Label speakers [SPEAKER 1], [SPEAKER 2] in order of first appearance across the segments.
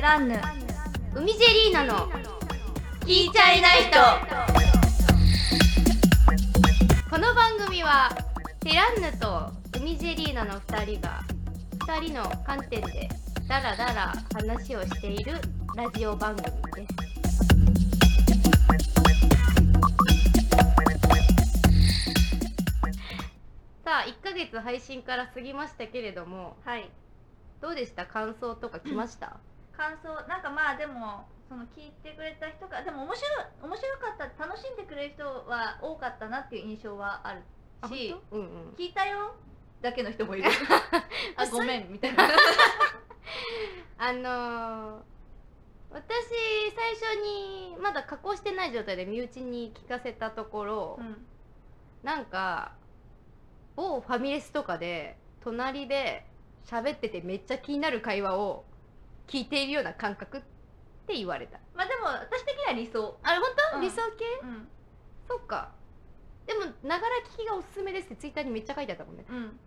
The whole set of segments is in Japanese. [SPEAKER 1] ランヌ
[SPEAKER 2] 海ジェリーナの
[SPEAKER 1] 聞いちゃいないと
[SPEAKER 2] この番組はテランヌと海ジェリーナの2人が2人の観点でダラダラ話をしているラジオ番組ですさあ1ヶ月配信から過ぎましたけれども
[SPEAKER 1] はい
[SPEAKER 2] どうでした感想とか来ました、
[SPEAKER 1] 感想なんかまあでもその聞いてくれた人がでも面白い面白かった楽しんでくれる人は多かったなっていう印象はある
[SPEAKER 2] あ本
[SPEAKER 1] し
[SPEAKER 2] 当うんうん、
[SPEAKER 1] 聞いたよだけの人 もいるあごめんみたいな
[SPEAKER 2] あのー私最初にまだ加工してない状態で身内に聞かせたところ、
[SPEAKER 1] うん
[SPEAKER 2] なんか某ファミレスとかで隣で喋っててめっちゃ気になる会話を聞いているような感覚って言われた
[SPEAKER 1] まあでも私的には理想
[SPEAKER 2] あれ本当、
[SPEAKER 1] うん
[SPEAKER 2] 理想系
[SPEAKER 1] うん
[SPEAKER 2] そっかでもながら聞きがおすすめですってツイッターにめっちゃ書いてあった もんね
[SPEAKER 1] うん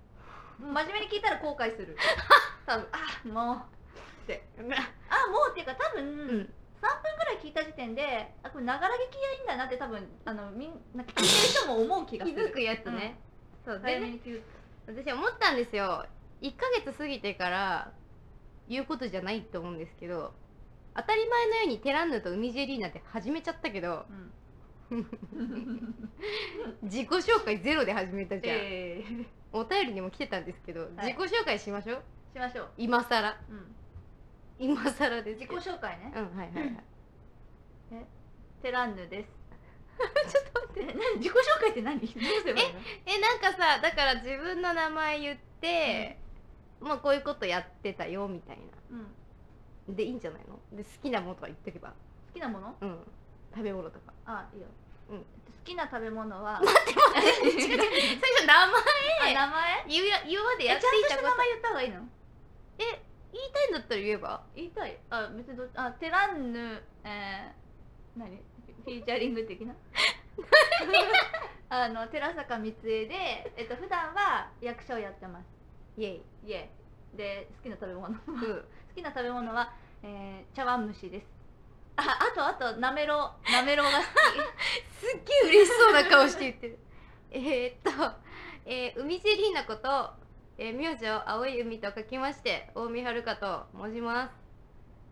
[SPEAKER 1] 真面目に聞いたら後悔す る多分あもう
[SPEAKER 2] って
[SPEAKER 1] あもうっていうか多分、
[SPEAKER 2] う
[SPEAKER 1] 3分
[SPEAKER 2] ん
[SPEAKER 1] ぐらい聞いた時点であこれながら聞きがいいんだなって多分あのみんなんか聞いてる人も思う気
[SPEAKER 2] 気
[SPEAKER 1] がする
[SPEAKER 2] づくやつね、そうで
[SPEAKER 1] 早め
[SPEAKER 2] ね
[SPEAKER 1] に気づく
[SPEAKER 2] 私思ったんですよ1ヶ月過ぎてから言うことじゃないと思うんですけど当たり前のようにテランヌと海ジェリーナって始めちゃったけど
[SPEAKER 1] うん
[SPEAKER 2] 自己紹介ゼロで始めたじゃん、
[SPEAKER 1] えー
[SPEAKER 2] お便りにも来てたんですけど、
[SPEAKER 1] は
[SPEAKER 2] 自
[SPEAKER 1] い
[SPEAKER 2] 己紹介しましょう
[SPEAKER 1] しましょう、
[SPEAKER 2] 今更
[SPEAKER 1] うん、
[SPEAKER 2] 今更です
[SPEAKER 1] 自己
[SPEAKER 2] けど
[SPEAKER 1] 紹介ね、
[SPEAKER 2] うんはいはいはい
[SPEAKER 1] テランヌです ちょっと待って何自己紹介って何 どうすればいいの
[SPEAKER 2] えなんかさだから自分の名前言って、まあこういうことやってたよみたい
[SPEAKER 1] うん、好
[SPEAKER 2] なでいいんじゃないので好きなものとか言ってけば
[SPEAKER 1] きなもの
[SPEAKER 2] うん食べ物と か
[SPEAKER 1] あいいよ、
[SPEAKER 2] うん
[SPEAKER 1] 好きな食べ物 は
[SPEAKER 2] 違う違う最初名前
[SPEAKER 1] あ名前
[SPEAKER 2] 言うや言うまで
[SPEAKER 1] えちゃ
[SPEAKER 2] や
[SPEAKER 1] ん
[SPEAKER 2] っ
[SPEAKER 1] と
[SPEAKER 2] てい
[SPEAKER 1] した
[SPEAKER 2] こ
[SPEAKER 1] た
[SPEAKER 2] と
[SPEAKER 1] 名前言った方がいいの
[SPEAKER 2] 言いたいんだったら言えば
[SPEAKER 1] 言いたいあ別にどあテランヌえー、何フィーチャリング 的な あの寺坂光恵で、えっと普段は役者をやってます
[SPEAKER 2] イエイ、
[SPEAKER 1] イエイで好きな食べ物 好
[SPEAKER 2] うん、
[SPEAKER 1] きな食べ物は、えー、茶碗蒸しですああとあとなめろうなめろうが好
[SPEAKER 2] すっげえ嬉しそうな顔して言ってる えーっと、えー、海ジェリーナこと、えー、名字を青い海と書きまして大見遥と申します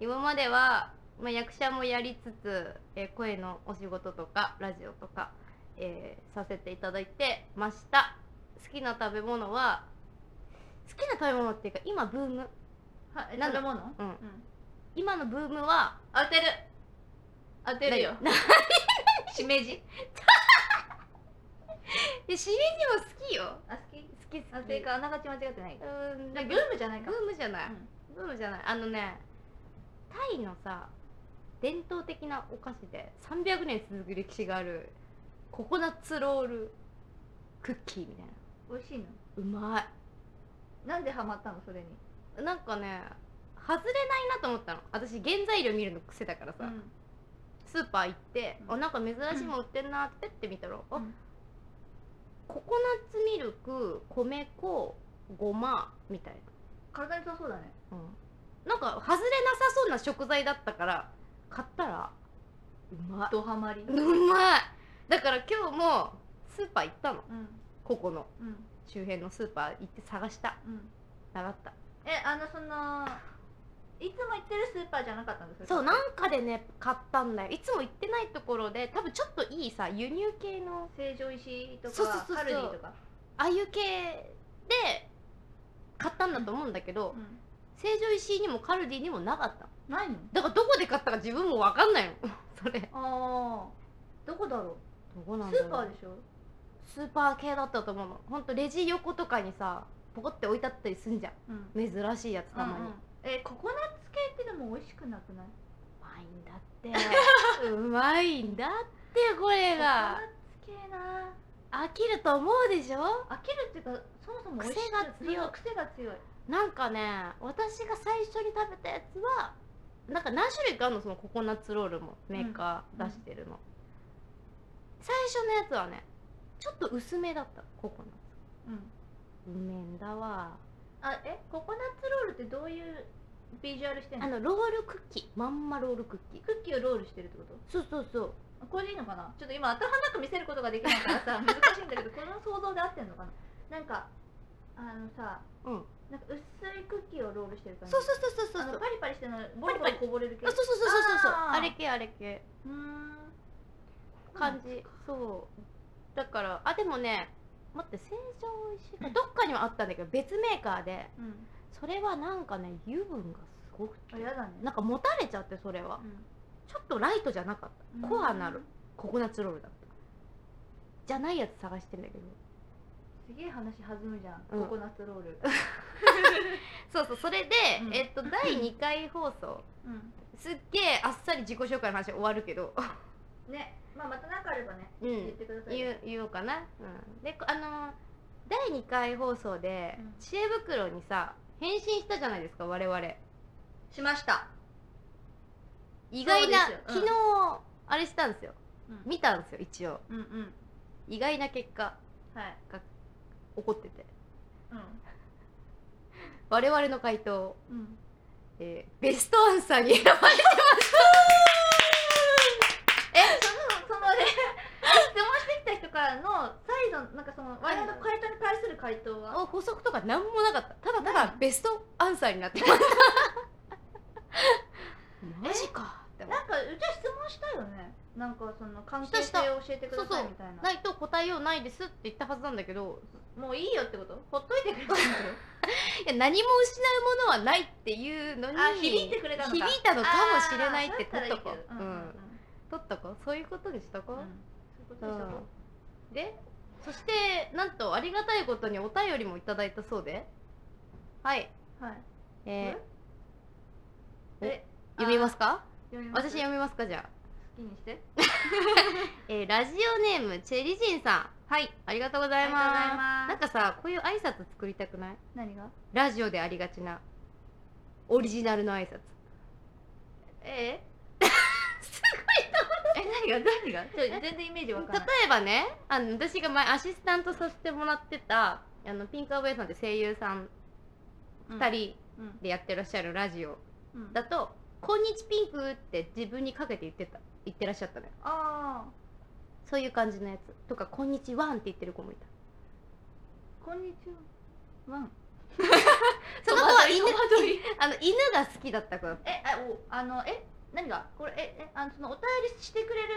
[SPEAKER 2] 今までは、まあ、役者もやりつつ、えー声のお仕事とかラジオとか、えーさせていただいてました好きな食べ物は好きな食べ物っていうか今ブーム
[SPEAKER 1] きはえ
[SPEAKER 2] なんだ
[SPEAKER 1] 食べ物、
[SPEAKER 2] うん
[SPEAKER 1] うん、
[SPEAKER 2] 今のブームは
[SPEAKER 1] 当てる当てるよ
[SPEAKER 2] 何
[SPEAKER 1] しめじ
[SPEAKER 2] えしめじも好きよ
[SPEAKER 1] あ好き
[SPEAKER 2] 好き
[SPEAKER 1] あ
[SPEAKER 2] 好き
[SPEAKER 1] 正解あながち間違ってないう
[SPEAKER 2] ーん
[SPEAKER 1] ブ
[SPEAKER 2] なん
[SPEAKER 1] ー
[SPEAKER 2] か
[SPEAKER 1] ムじゃない
[SPEAKER 2] ブ
[SPEAKER 1] か、
[SPEAKER 2] ームじゃない、
[SPEAKER 1] うん
[SPEAKER 2] ブームじゃないあのねタイのさ伝統的なお菓子で300年続く歴史があるココナッツロールクッキーみたいな
[SPEAKER 1] 美味しいの
[SPEAKER 2] うま
[SPEAKER 1] なんでハマったのそれに、
[SPEAKER 2] いなんかね外れないなと思ったの私原材料見るの癖だからさ、
[SPEAKER 1] うん
[SPEAKER 2] スーパー行って、
[SPEAKER 1] うん
[SPEAKER 2] あなんか珍しいもん売ってんなってって見たら、
[SPEAKER 1] う
[SPEAKER 2] あ
[SPEAKER 1] ん
[SPEAKER 2] ココナッツミルク米粉ごまみたい
[SPEAKER 1] 体に良さそうだね
[SPEAKER 2] な、うん、なんか外れなさそうな食材だったから買ったらうまい
[SPEAKER 1] ドハマり
[SPEAKER 2] うまいだから今日もスーパー行ったの
[SPEAKER 1] うん
[SPEAKER 2] ここの
[SPEAKER 1] うん
[SPEAKER 2] 周辺のスーパー行って探した
[SPEAKER 1] うん
[SPEAKER 2] なかった
[SPEAKER 1] えあのそのいつも行ってるスーパーじゃなかったんです
[SPEAKER 2] そうなんかでね買ったんだよいつも行ってないところで多分ちょっといいさ輸入系の
[SPEAKER 1] 成城石井とか
[SPEAKER 2] そうそうそうそう
[SPEAKER 1] カルディとか、
[SPEAKER 2] ああいう系で買ったんだと思うんだけど
[SPEAKER 1] う
[SPEAKER 2] 成城石井にもカルディにもなかったの
[SPEAKER 1] ん、ないの
[SPEAKER 2] だからどこで買ったか自分も分かん ないのそれど
[SPEAKER 1] あーどこだろ
[SPEAKER 2] こ
[SPEAKER 1] う
[SPEAKER 2] なんだ
[SPEAKER 1] ス
[SPEAKER 2] ろう
[SPEAKER 1] ーパーでしょ
[SPEAKER 2] スーパー系だったと思うのほんとレジ横とかにさポコって置いてあったりすんじゃん
[SPEAKER 1] うん
[SPEAKER 2] 珍しいやつたまに、
[SPEAKER 1] うんうんえココナッツ系ってでも美味しくなくないう
[SPEAKER 2] まいん だってうまいんだってこれ
[SPEAKER 1] ココナ
[SPEAKER 2] が
[SPEAKER 1] ッツ系な
[SPEAKER 2] 飽きると思うでしょ
[SPEAKER 1] 飽きるっていうかそもそも美味
[SPEAKER 2] 癖
[SPEAKER 1] しく
[SPEAKER 2] が強い
[SPEAKER 1] そう癖が強い
[SPEAKER 2] なんかね私が最初に食べたやつはなんか何種類かあるのそのココナッツロールもメーカー出してるの、最初のやつはねちょっと薄めだったココナッ
[SPEAKER 1] うん
[SPEAKER 2] ツうめえんだわ
[SPEAKER 1] あえココナッツロールってどういうビジュアルしてん
[SPEAKER 2] あ
[SPEAKER 1] の
[SPEAKER 2] のロールクッキーまんまロールクッキー
[SPEAKER 1] クッキーをロールしてるってこと
[SPEAKER 2] そうそうそう
[SPEAKER 1] これでいいのかなちょっと今頭の中見せることができないか らさ難しいんだけどこの想像で合ってんのかななんかあのさ、
[SPEAKER 2] うん
[SPEAKER 1] なんか薄いクッキーをロールしてる感じ
[SPEAKER 2] そうそうそうそうそう
[SPEAKER 1] あ
[SPEAKER 2] そ
[SPEAKER 1] の
[SPEAKER 2] う
[SPEAKER 1] パリパリしてるのボリボ
[SPEAKER 2] パリ
[SPEAKER 1] リ
[SPEAKER 2] パ
[SPEAKER 1] こぼれる系
[SPEAKER 2] あそうそうそうそうそうそう
[SPEAKER 1] あー
[SPEAKER 2] あれ系あれ系
[SPEAKER 1] うーん
[SPEAKER 2] 感じそうだからあでもね待って成城石井かどっかにはあったんだけど別メーカーで
[SPEAKER 1] うん
[SPEAKER 2] それはなんかね油分がすごく
[SPEAKER 1] あ
[SPEAKER 2] て
[SPEAKER 1] れやだね
[SPEAKER 2] なんかもたれちゃってそれはちょっとライトじゃなかっ
[SPEAKER 1] う
[SPEAKER 2] た
[SPEAKER 1] ん
[SPEAKER 2] コアなるココナッツロールだったじゃないやつ探してんだけど
[SPEAKER 1] すげえ話弾むじゃん、
[SPEAKER 2] うん
[SPEAKER 1] ココナッツロー ル
[SPEAKER 2] そうそうそれで、
[SPEAKER 1] うん
[SPEAKER 2] えっと 第2回放送
[SPEAKER 1] う
[SPEAKER 2] すっげえあっさり自己紹介の話終わるけど
[SPEAKER 1] んねまあまた何かあればね、
[SPEAKER 2] う
[SPEAKER 1] 言っ
[SPEAKER 2] ん
[SPEAKER 1] てください
[SPEAKER 2] 言う言おうかな、うん、でこあのー第2回放送で、
[SPEAKER 1] うん
[SPEAKER 2] 知恵袋にさ変身したじゃないですか我々
[SPEAKER 1] しました、
[SPEAKER 2] 意外な、
[SPEAKER 1] そうですよう
[SPEAKER 2] 昨
[SPEAKER 1] ん
[SPEAKER 2] 日あれしたんですよ
[SPEAKER 1] うん
[SPEAKER 2] 見たんですよ一応
[SPEAKER 1] うんうん
[SPEAKER 2] 意外な結果
[SPEAKER 1] はい
[SPEAKER 2] 起こってて
[SPEAKER 1] う
[SPEAKER 2] 我々の回答、
[SPEAKER 1] んうん
[SPEAKER 2] えーベストアンサーに選ばれてま し
[SPEAKER 1] えそのそのね 質問してきた人からの再度なんかその我々の回答に対する回答
[SPEAKER 2] た
[SPEAKER 1] は
[SPEAKER 2] お補足とか何もなかったただた
[SPEAKER 1] な
[SPEAKER 2] だ
[SPEAKER 1] い
[SPEAKER 2] ベストアンサーになってました マジかって思っ
[SPEAKER 1] なんかうちは質問したよねなんかその関係性を教えてくださいみたい
[SPEAKER 2] て
[SPEAKER 1] な
[SPEAKER 2] ないと答えようないですって言ったはずなんだけど
[SPEAKER 1] もういいよってことほっといてくれたんだよ
[SPEAKER 2] いや何も失うものはないっていうのに
[SPEAKER 1] あ響いてくれたのか
[SPEAKER 2] 響いたのかもしれないって取っとこ
[SPEAKER 1] あーそ
[SPEAKER 2] う
[SPEAKER 1] ううだったらいいけどうんうん
[SPEAKER 2] ん取っとこうそういうことにしとこ
[SPEAKER 1] うん
[SPEAKER 2] う、
[SPEAKER 1] うんそういうことでしょ
[SPEAKER 2] でそしてなんとありがたいことにお便りもいただいたそうではい
[SPEAKER 1] はい
[SPEAKER 2] えー
[SPEAKER 1] え
[SPEAKER 2] 読みますすか
[SPEAKER 1] 読みます
[SPEAKER 2] 私読みますかじゃあ、
[SPEAKER 1] 好きにして
[SPEAKER 2] えーラジオネームチェリジンさんはいありがとうございます
[SPEAKER 1] ありがとうございます
[SPEAKER 2] なんかさこういう挨拶作りたくない
[SPEAKER 1] 何が
[SPEAKER 2] ラジオでありがちなオリジナルの挨拶
[SPEAKER 1] え
[SPEAKER 2] すごい
[SPEAKER 1] え何が何がちょ全然イメージわかん
[SPEAKER 2] 例
[SPEAKER 1] ない
[SPEAKER 2] えばねあの私が前アシスタントさせてもらってたあのピンクアウェイさんって声優さん2人
[SPEAKER 1] うん
[SPEAKER 2] でやってらっしゃるラジオ
[SPEAKER 1] うん
[SPEAKER 2] だと「こんにちピンク」って自分にかけて言ってた言ってらっしゃったのよ
[SPEAKER 1] ああ
[SPEAKER 2] そういう感じのやつとか「こんにちワン」って言ってる子もいた
[SPEAKER 1] こんにちはワン
[SPEAKER 2] その子は
[SPEAKER 1] 戸惑い
[SPEAKER 2] 犬
[SPEAKER 1] 戸惑い
[SPEAKER 2] あの犬が好きだった子だった
[SPEAKER 1] えあおあのえ何がこれええあのそのお便りしてくれる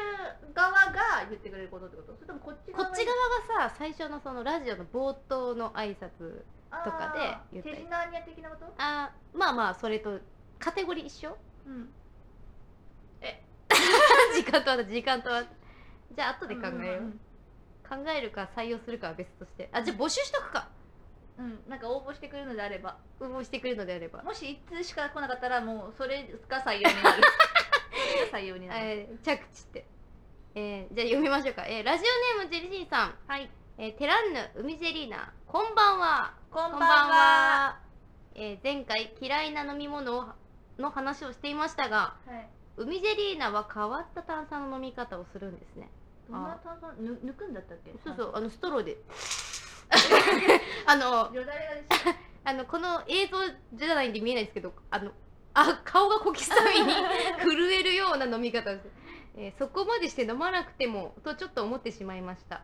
[SPEAKER 1] 側が言ってくれることってことそれともこっち
[SPEAKER 2] こ
[SPEAKER 1] 側
[SPEAKER 2] っち側がさ最初のそのラジオの冒頭の挨拶
[SPEAKER 1] 側
[SPEAKER 2] とかで言ったり
[SPEAKER 1] 手品アニア的なこと
[SPEAKER 2] あーまあまあそれとカテゴリー一緒
[SPEAKER 1] うん
[SPEAKER 2] 時間とは時間とはじゃあ後で考えよう、
[SPEAKER 1] うん
[SPEAKER 2] 考えるか採用するかは別としてあじゃあ募集しとくか
[SPEAKER 1] うんうん、うんなんか応募してくれるのであれば
[SPEAKER 2] 応募してくれるのであれば、
[SPEAKER 1] もし一通しか来なかったらもうそれが採 用になるそれが採用になる
[SPEAKER 2] えー着地って、えーじゃあ読みましょうか、えーラジオネームジェリジンさん
[SPEAKER 1] はい
[SPEAKER 2] えー、テランヌ海ジェリーナこんばんは
[SPEAKER 1] こんばんは
[SPEAKER 2] えー前回嫌いな飲み物をの話をしていましたが
[SPEAKER 1] はい
[SPEAKER 2] 海ジェリーナは変わった炭酸の飲み方をするんですね
[SPEAKER 1] どんな炭酸ぬ抜くんだったっけ
[SPEAKER 2] そうそうあのストローであの
[SPEAKER 1] よだれが出ちゃう
[SPEAKER 2] あのこの映像じゃないんで見えないですけどあのあ顔が小刻みに 震えるような飲み方です、えーそこまでして飲まなくてもとちょっと思ってしまいました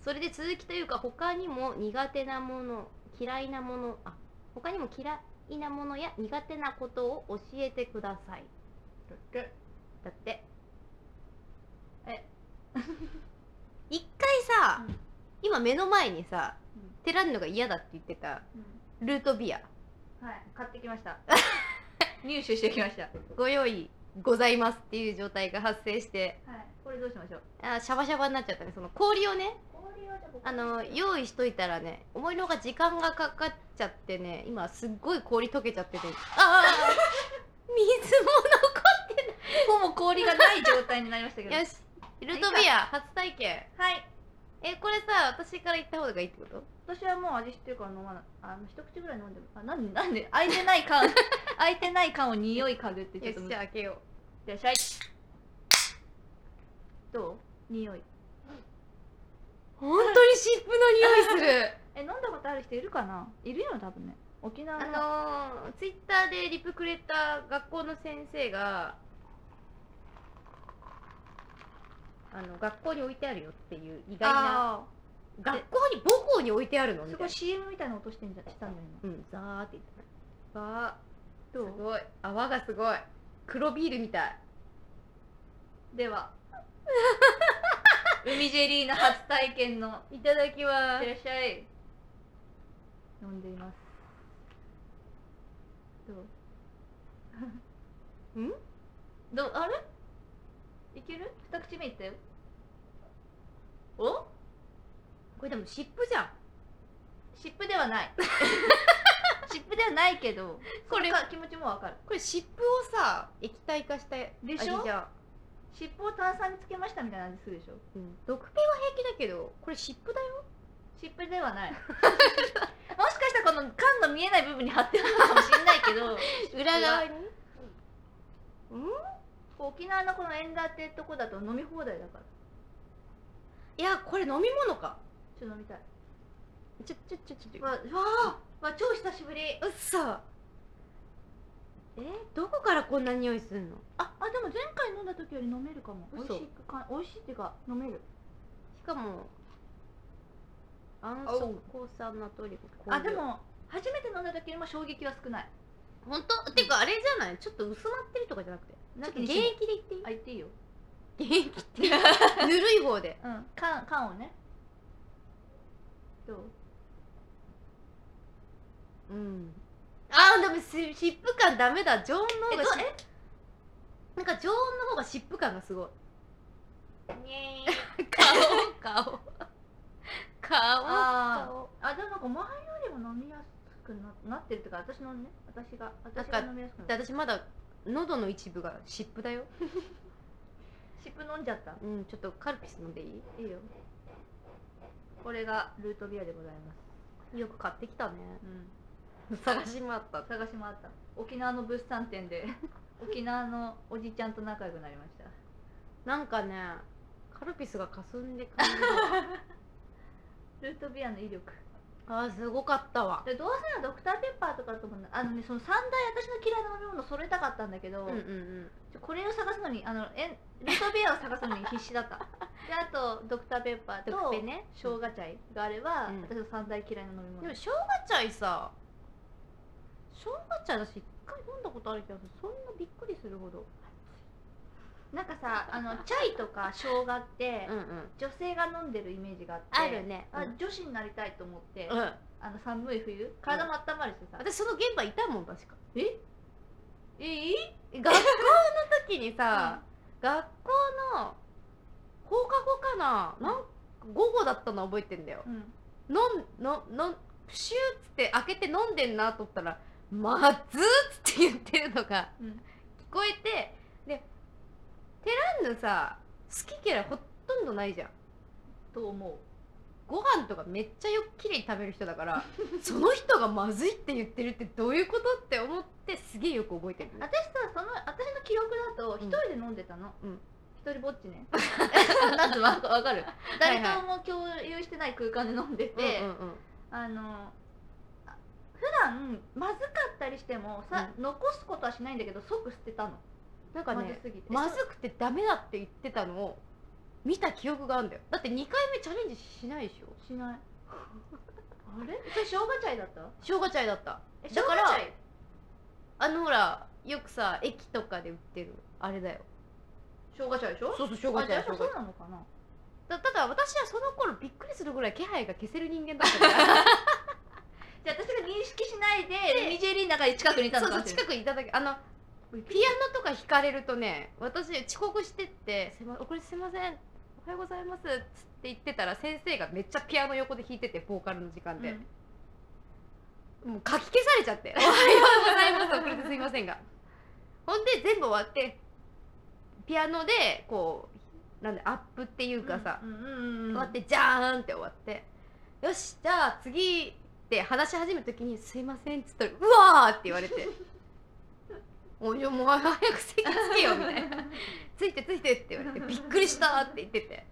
[SPEAKER 2] それで続きというか他にも苦手なもの嫌いなものあ他にも嫌いなものや苦手なことを教えてくださいだってえ 一回さ、
[SPEAKER 1] うん
[SPEAKER 2] 今目の前にさ
[SPEAKER 1] うん
[SPEAKER 2] テランヌが嫌だって言ってた
[SPEAKER 1] う
[SPEAKER 2] ルートビア
[SPEAKER 1] んはい買ってきました 入手してきましたはい
[SPEAKER 2] ご用意ございますっていう状態が発生して
[SPEAKER 1] これどうしましょう
[SPEAKER 2] あーシャバシャバになっちゃったねその氷をね
[SPEAKER 1] 氷はじゃここ
[SPEAKER 2] あの用意しといたらね思いのほか時間がかかっちゃってね今すっごい氷溶けちゃっててああ 水も
[SPEAKER 1] ほぼ氷がない状態になりましたけど
[SPEAKER 2] 残よしルートビア初体験
[SPEAKER 1] はい
[SPEAKER 2] えこれさ私から言った方がいいってこと
[SPEAKER 1] 私はもう味知ってるから飲まないあの一口ぐらい飲んでもあなんでなんで開いてない 缶開いてない缶を匂い嗅ぐってちょ
[SPEAKER 2] よ
[SPEAKER 1] っと
[SPEAKER 2] し
[SPEAKER 1] む
[SPEAKER 2] じゃあ開けよう
[SPEAKER 1] いらっしゃいどう匂い
[SPEAKER 2] 本当に湿布の匂いする
[SPEAKER 1] え飲んだことある人いるかないるよ多分ね沖縄の
[SPEAKER 2] あのー、ツイッターでリプくれた学校の先生があの学校に置いてあるよっていう意外な
[SPEAKER 1] あ
[SPEAKER 2] 学校に母校に置いてあるの
[SPEAKER 1] ー
[SPEAKER 2] み
[SPEAKER 1] す
[SPEAKER 2] た
[SPEAKER 1] ご
[SPEAKER 2] い
[SPEAKER 1] い
[SPEAKER 2] な
[SPEAKER 1] CM みたいな音してんじゃしたんだよ
[SPEAKER 2] うんザーって言ってたわー
[SPEAKER 1] どう
[SPEAKER 2] すごい泡がすごい黒ビールみたい
[SPEAKER 1] 今で は海ジェリーの初体験の
[SPEAKER 2] いただきま
[SPEAKER 1] いって
[SPEAKER 2] す
[SPEAKER 1] らっしゃい飲んでいますどう
[SPEAKER 2] ん
[SPEAKER 1] どうあれいける二口目いったよお
[SPEAKER 2] これでも湿布じゃん
[SPEAKER 1] 湿布では ない湿布ではないけど
[SPEAKER 2] こ
[SPEAKER 1] こ
[SPEAKER 2] れ
[SPEAKER 1] れが気持ちもわかる
[SPEAKER 2] これ湿布をさ液体化した
[SPEAKER 1] でしょ
[SPEAKER 2] 味じゃん
[SPEAKER 1] 湿布を炭酸につけましたみたいな味するでしょ
[SPEAKER 2] うん、毒ペンは平気だけどこれ湿布だよ
[SPEAKER 1] 湿布では ないもしかしたらこの缶の見えない部分に貼ってあるのかもしれないけど
[SPEAKER 2] 裏側に
[SPEAKER 1] 沖縄のこのエンダーってとこだと飲み放題だから
[SPEAKER 2] いやこれ飲み物か
[SPEAKER 1] ちょっと飲みたい
[SPEAKER 2] ちょちょちょちょちょ
[SPEAKER 1] わわあわ超久しぶり
[SPEAKER 2] うっそえどこからこんな匂いするの
[SPEAKER 1] ああでも前回飲んだ時より飲めるかも美味
[SPEAKER 2] 嘘
[SPEAKER 1] しくか美味しいっていうか飲める
[SPEAKER 2] しかも暗
[SPEAKER 1] お
[SPEAKER 2] 素
[SPEAKER 1] う
[SPEAKER 2] 抗酸ナトリウム
[SPEAKER 1] あでも初めて飲んだ時よりも衝撃は少ない
[SPEAKER 2] 本当てかあれじゃないちょっと薄まってるとかじゃなくてちょ
[SPEAKER 1] な
[SPEAKER 2] っ
[SPEAKER 1] ん
[SPEAKER 2] と
[SPEAKER 1] か
[SPEAKER 2] 現
[SPEAKER 1] 現
[SPEAKER 2] 液でいっていい
[SPEAKER 1] あ言っていいよ
[SPEAKER 2] 現液って ぬるい方で
[SPEAKER 1] うん缶缶をねどう
[SPEAKER 2] うんあーでもし湿布感ダメだ常温の方
[SPEAKER 1] え
[SPEAKER 2] が
[SPEAKER 1] ど
[SPEAKER 2] しなんか常温の方が湿布感がすごい
[SPEAKER 1] え
[SPEAKER 2] 顔 顔顔
[SPEAKER 1] あ
[SPEAKER 2] 顔
[SPEAKER 1] ーあでもなんか前よりも飲みやすくななってるっていうか私のね私が私が飲みやすく
[SPEAKER 2] で
[SPEAKER 1] なった
[SPEAKER 2] 私まだ喉の一部が湿布だよ
[SPEAKER 1] シップ飲んじゃった
[SPEAKER 2] うんちょっとカルピス飲んでいい
[SPEAKER 1] いいよこれがルートビアでございます
[SPEAKER 2] よく買ってきたね
[SPEAKER 1] うん
[SPEAKER 2] 探し回った
[SPEAKER 1] 探し回った沖縄の物産展 で沖縄のおじちゃんと仲良くなりました
[SPEAKER 2] なんかねカルピスがかすんで感じる
[SPEAKER 1] ルートビアの威力
[SPEAKER 2] あーすごかったわ
[SPEAKER 1] でどうせならドクターペッパーとかともなあのねその三大私の嫌いな飲み物揃えたかったんだけど、
[SPEAKER 2] うんうんうん
[SPEAKER 1] ちょこれを探すのにあのえルートビアを探すのに必死だった であとドクターペッパーと
[SPEAKER 2] ドクペね
[SPEAKER 1] 生姜茶があれば、
[SPEAKER 2] うん
[SPEAKER 1] 私の三大嫌いな飲み
[SPEAKER 2] で
[SPEAKER 1] 物
[SPEAKER 2] も生姜茶いさ生姜茶だし一回飲んだことあるけどそんなびっくりするほど
[SPEAKER 1] なんかさあのチャイとか生姜って、
[SPEAKER 2] うんうん
[SPEAKER 1] 女性が飲んでるイメージがあって
[SPEAKER 2] あるね
[SPEAKER 1] あ女子になりたいと思って、
[SPEAKER 2] うん
[SPEAKER 1] あの寒い冬体も温まるしさ、
[SPEAKER 2] 私その現場いたもん確か
[SPEAKER 1] ええい
[SPEAKER 2] 学校の時にさ、学校の放課後かななん午後だったの覚えてんだよ
[SPEAKER 1] うん
[SPEAKER 2] 飲んののプシューっつって開けて飲んでんなと思ったら「まずーっつって言ってるのが
[SPEAKER 1] うん
[SPEAKER 2] 聞こえてでテランヌさ好き嫌いほとんどないじゃん
[SPEAKER 1] と思う
[SPEAKER 2] ご飯とかめっちゃよくきれいに食べる人だから その人がまずいって言ってるってどういうことって思ってすげえよく覚えてるのね
[SPEAKER 1] 私さその私の記憶だと
[SPEAKER 2] うん
[SPEAKER 1] 一人で飲んでたの、
[SPEAKER 2] うん
[SPEAKER 1] 一人ぼっち ねなんとわわかる
[SPEAKER 2] はい
[SPEAKER 1] 誰とも共有してない空間で飲んでて、
[SPEAKER 2] うんうんうん
[SPEAKER 1] あのあ普段まずかったりしてもさ、残すことはしないんだけど即捨てたの
[SPEAKER 2] なんか
[SPEAKER 1] ま
[SPEAKER 2] ね
[SPEAKER 1] ずすぎて
[SPEAKER 2] まずくてダメだって言ってたのを見た記憶があるんだよだって2回目チャレンジしないでしょ
[SPEAKER 1] しないあれそれ生姜茶だった
[SPEAKER 2] 生姜茶だった
[SPEAKER 1] え
[SPEAKER 2] だから
[SPEAKER 1] 生姜茶
[SPEAKER 2] あのほらよくさ駅とかで売ってるあれだよ
[SPEAKER 1] 生姜茶でしょ
[SPEAKER 2] そうそう生姜
[SPEAKER 1] あじ
[SPEAKER 2] 茶
[SPEAKER 1] ゃ
[SPEAKER 2] よ
[SPEAKER 1] あ
[SPEAKER 2] 生
[SPEAKER 1] そう
[SPEAKER 2] 姜茶
[SPEAKER 1] なのかな
[SPEAKER 2] だただ私はその頃びっくりするぐらい気配が消せる人間だったか
[SPEAKER 1] じゃあ私が認識しないでミジェリーの中に近くにいた
[SPEAKER 2] ら
[SPEAKER 1] の
[SPEAKER 2] そう
[SPEAKER 1] か
[SPEAKER 2] そう
[SPEAKER 1] もしれ
[SPEAKER 2] 近く
[SPEAKER 1] ない
[SPEAKER 2] にいただけあのピアノとか弾かれるとね私遅刻してって「すいまこれすいませんおはようございます」っつって言ってたら先生がめっちゃピアノ横で弾いててボーカルの時間で、
[SPEAKER 1] うん
[SPEAKER 2] もう書き消されちゃ って「おはようございます」遅れてすいませんがほんで全部終わってピアノでこうなんでアップっていうかさ、
[SPEAKER 1] うんうんうん、
[SPEAKER 2] 終わってじゃーんって終わってよしじゃあ次って話し始めた時に「すいません」っつったら「うわー!」って言われ て「おいやもう早く席つ けよ」みたいな「ついてついて」って言われて「びっくりした」って言ってて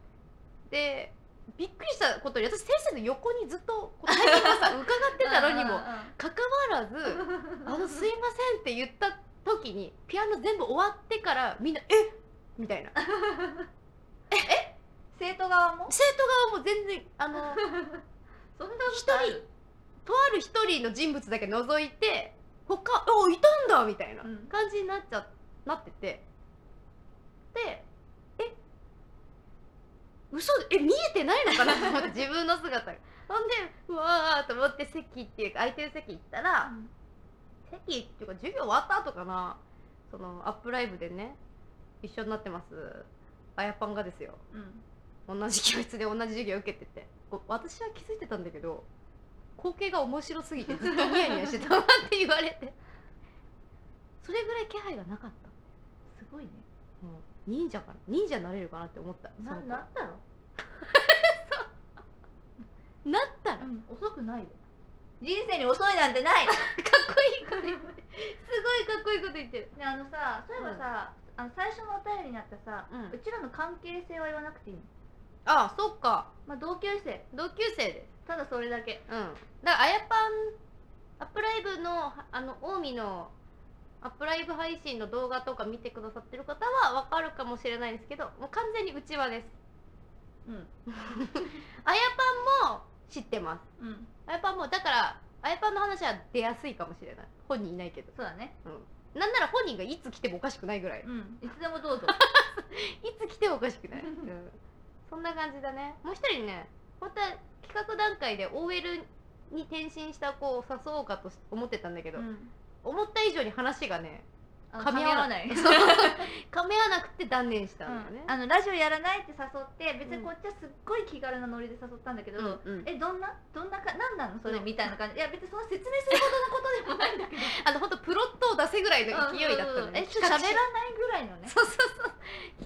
[SPEAKER 2] でびっくりしたことに私先生の横にずっとこうタイミングをさ伺ってたのに もかかわらず「あのすいません」って言った時にピアノ全部終わってからみんな「えみたいな
[SPEAKER 1] 生徒側も
[SPEAKER 2] 生徒側も全然あの
[SPEAKER 1] そんなことある
[SPEAKER 2] とある一人の人物だけ除いて他おいたんだみたいな
[SPEAKER 1] うん
[SPEAKER 2] 感じになっちゃなっててでえ嘘え見えてないのかなと 思って自分の姿がほんでうわーと思って席っていうか空いてる席行ったら、席っていうか授業終わった後かなそのアップライブでね一緒になってますあやぱんがですよ
[SPEAKER 1] うん
[SPEAKER 2] 同じ教室で同じ授業受けててこ私は気づいてたんだけど光景が面白すぎてずっとニヤニヤしてたわって言われてそれぐらい気配がなかった
[SPEAKER 1] すごいね
[SPEAKER 2] もう忍者かな忍者になれるかなって思った
[SPEAKER 1] な
[SPEAKER 2] そ
[SPEAKER 1] な
[SPEAKER 2] の
[SPEAKER 1] ん
[SPEAKER 2] 子
[SPEAKER 1] だろ
[SPEAKER 2] なったら
[SPEAKER 1] う、
[SPEAKER 2] かっ
[SPEAKER 1] ん、遅くないよ人生に遅いなんて ない
[SPEAKER 2] こいいこと言ってすごいかっこいいこと言ってる
[SPEAKER 1] であのさそういえばさ、あの最初のお便りにあったさ、
[SPEAKER 2] う
[SPEAKER 1] うんちらの関係性は言わなくていいの
[SPEAKER 2] ああそっか
[SPEAKER 1] まあ同級生
[SPEAKER 2] 同級生です
[SPEAKER 1] ただそれだけ
[SPEAKER 2] うんだからあやぱんアップライブのあの近江のアップライブ配信の動画とか見てくださってる方はわかるかもしれないですけどもう完全にうちわです
[SPEAKER 1] うん
[SPEAKER 2] あやぱんも知ってます
[SPEAKER 1] うん
[SPEAKER 2] あやぱんもだからあやぱんの話は出やすいかもしれない本人いないけど
[SPEAKER 1] そうだね
[SPEAKER 2] なんなら本人がいつ来てもおかしくないぐ らい、
[SPEAKER 1] うんいつでもどうぞ
[SPEAKER 2] いつ来てもおかしくない、
[SPEAKER 1] うん
[SPEAKER 2] うんそんな感じだねもう一人ね本当は企画段階で OL に転身した子を誘おうかと思ってたんだけど、
[SPEAKER 1] うん
[SPEAKER 2] 思った以上に話がね
[SPEAKER 1] あの
[SPEAKER 2] 噛
[SPEAKER 1] 噛
[SPEAKER 2] み
[SPEAKER 1] み
[SPEAKER 2] 合
[SPEAKER 1] 合
[SPEAKER 2] わ
[SPEAKER 1] わない
[SPEAKER 2] そう噛み合わなくて断念したんだよね
[SPEAKER 1] うん、あのラジオやらないって誘って別
[SPEAKER 2] うん
[SPEAKER 1] にこっちはすっごい気軽なノリで誘ったんだけど、
[SPEAKER 2] うんうん
[SPEAKER 1] えどんなどんなか何なのそれ
[SPEAKER 2] うん
[SPEAKER 1] みたいな感じいや別にその説明するほどのことでもないんだけど
[SPEAKER 2] あの本当プロットを出せぐらいの勢いだったの
[SPEAKER 1] うんうんうんえ
[SPEAKER 2] ね
[SPEAKER 1] ちょっと喋らないぐらいのね
[SPEAKER 2] そうそうそう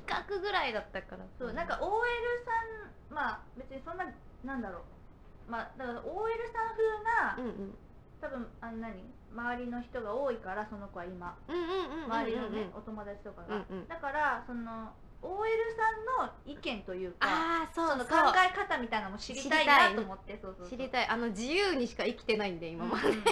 [SPEAKER 2] 企画ぐらいだったから
[SPEAKER 1] そうなんか OL さんまあ別にそんななんだろうまあだから OL さん風な、
[SPEAKER 2] うんうん
[SPEAKER 1] 多分あんなに周りの人が多いからその子は今
[SPEAKER 2] うんうんうん
[SPEAKER 1] 周りのね、
[SPEAKER 2] うんうん
[SPEAKER 1] お友達とか
[SPEAKER 2] う
[SPEAKER 1] が、
[SPEAKER 2] んうん
[SPEAKER 1] だからその OL さんの意見というか
[SPEAKER 2] ああそう
[SPEAKER 1] そ
[SPEAKER 2] そう
[SPEAKER 1] の考え方みたいなのも知りたいなと思ってそうそうそう
[SPEAKER 2] 知りたいあの自由にしか生きてないんで今
[SPEAKER 1] うんうんう
[SPEAKER 2] ま
[SPEAKER 1] ん
[SPEAKER 2] で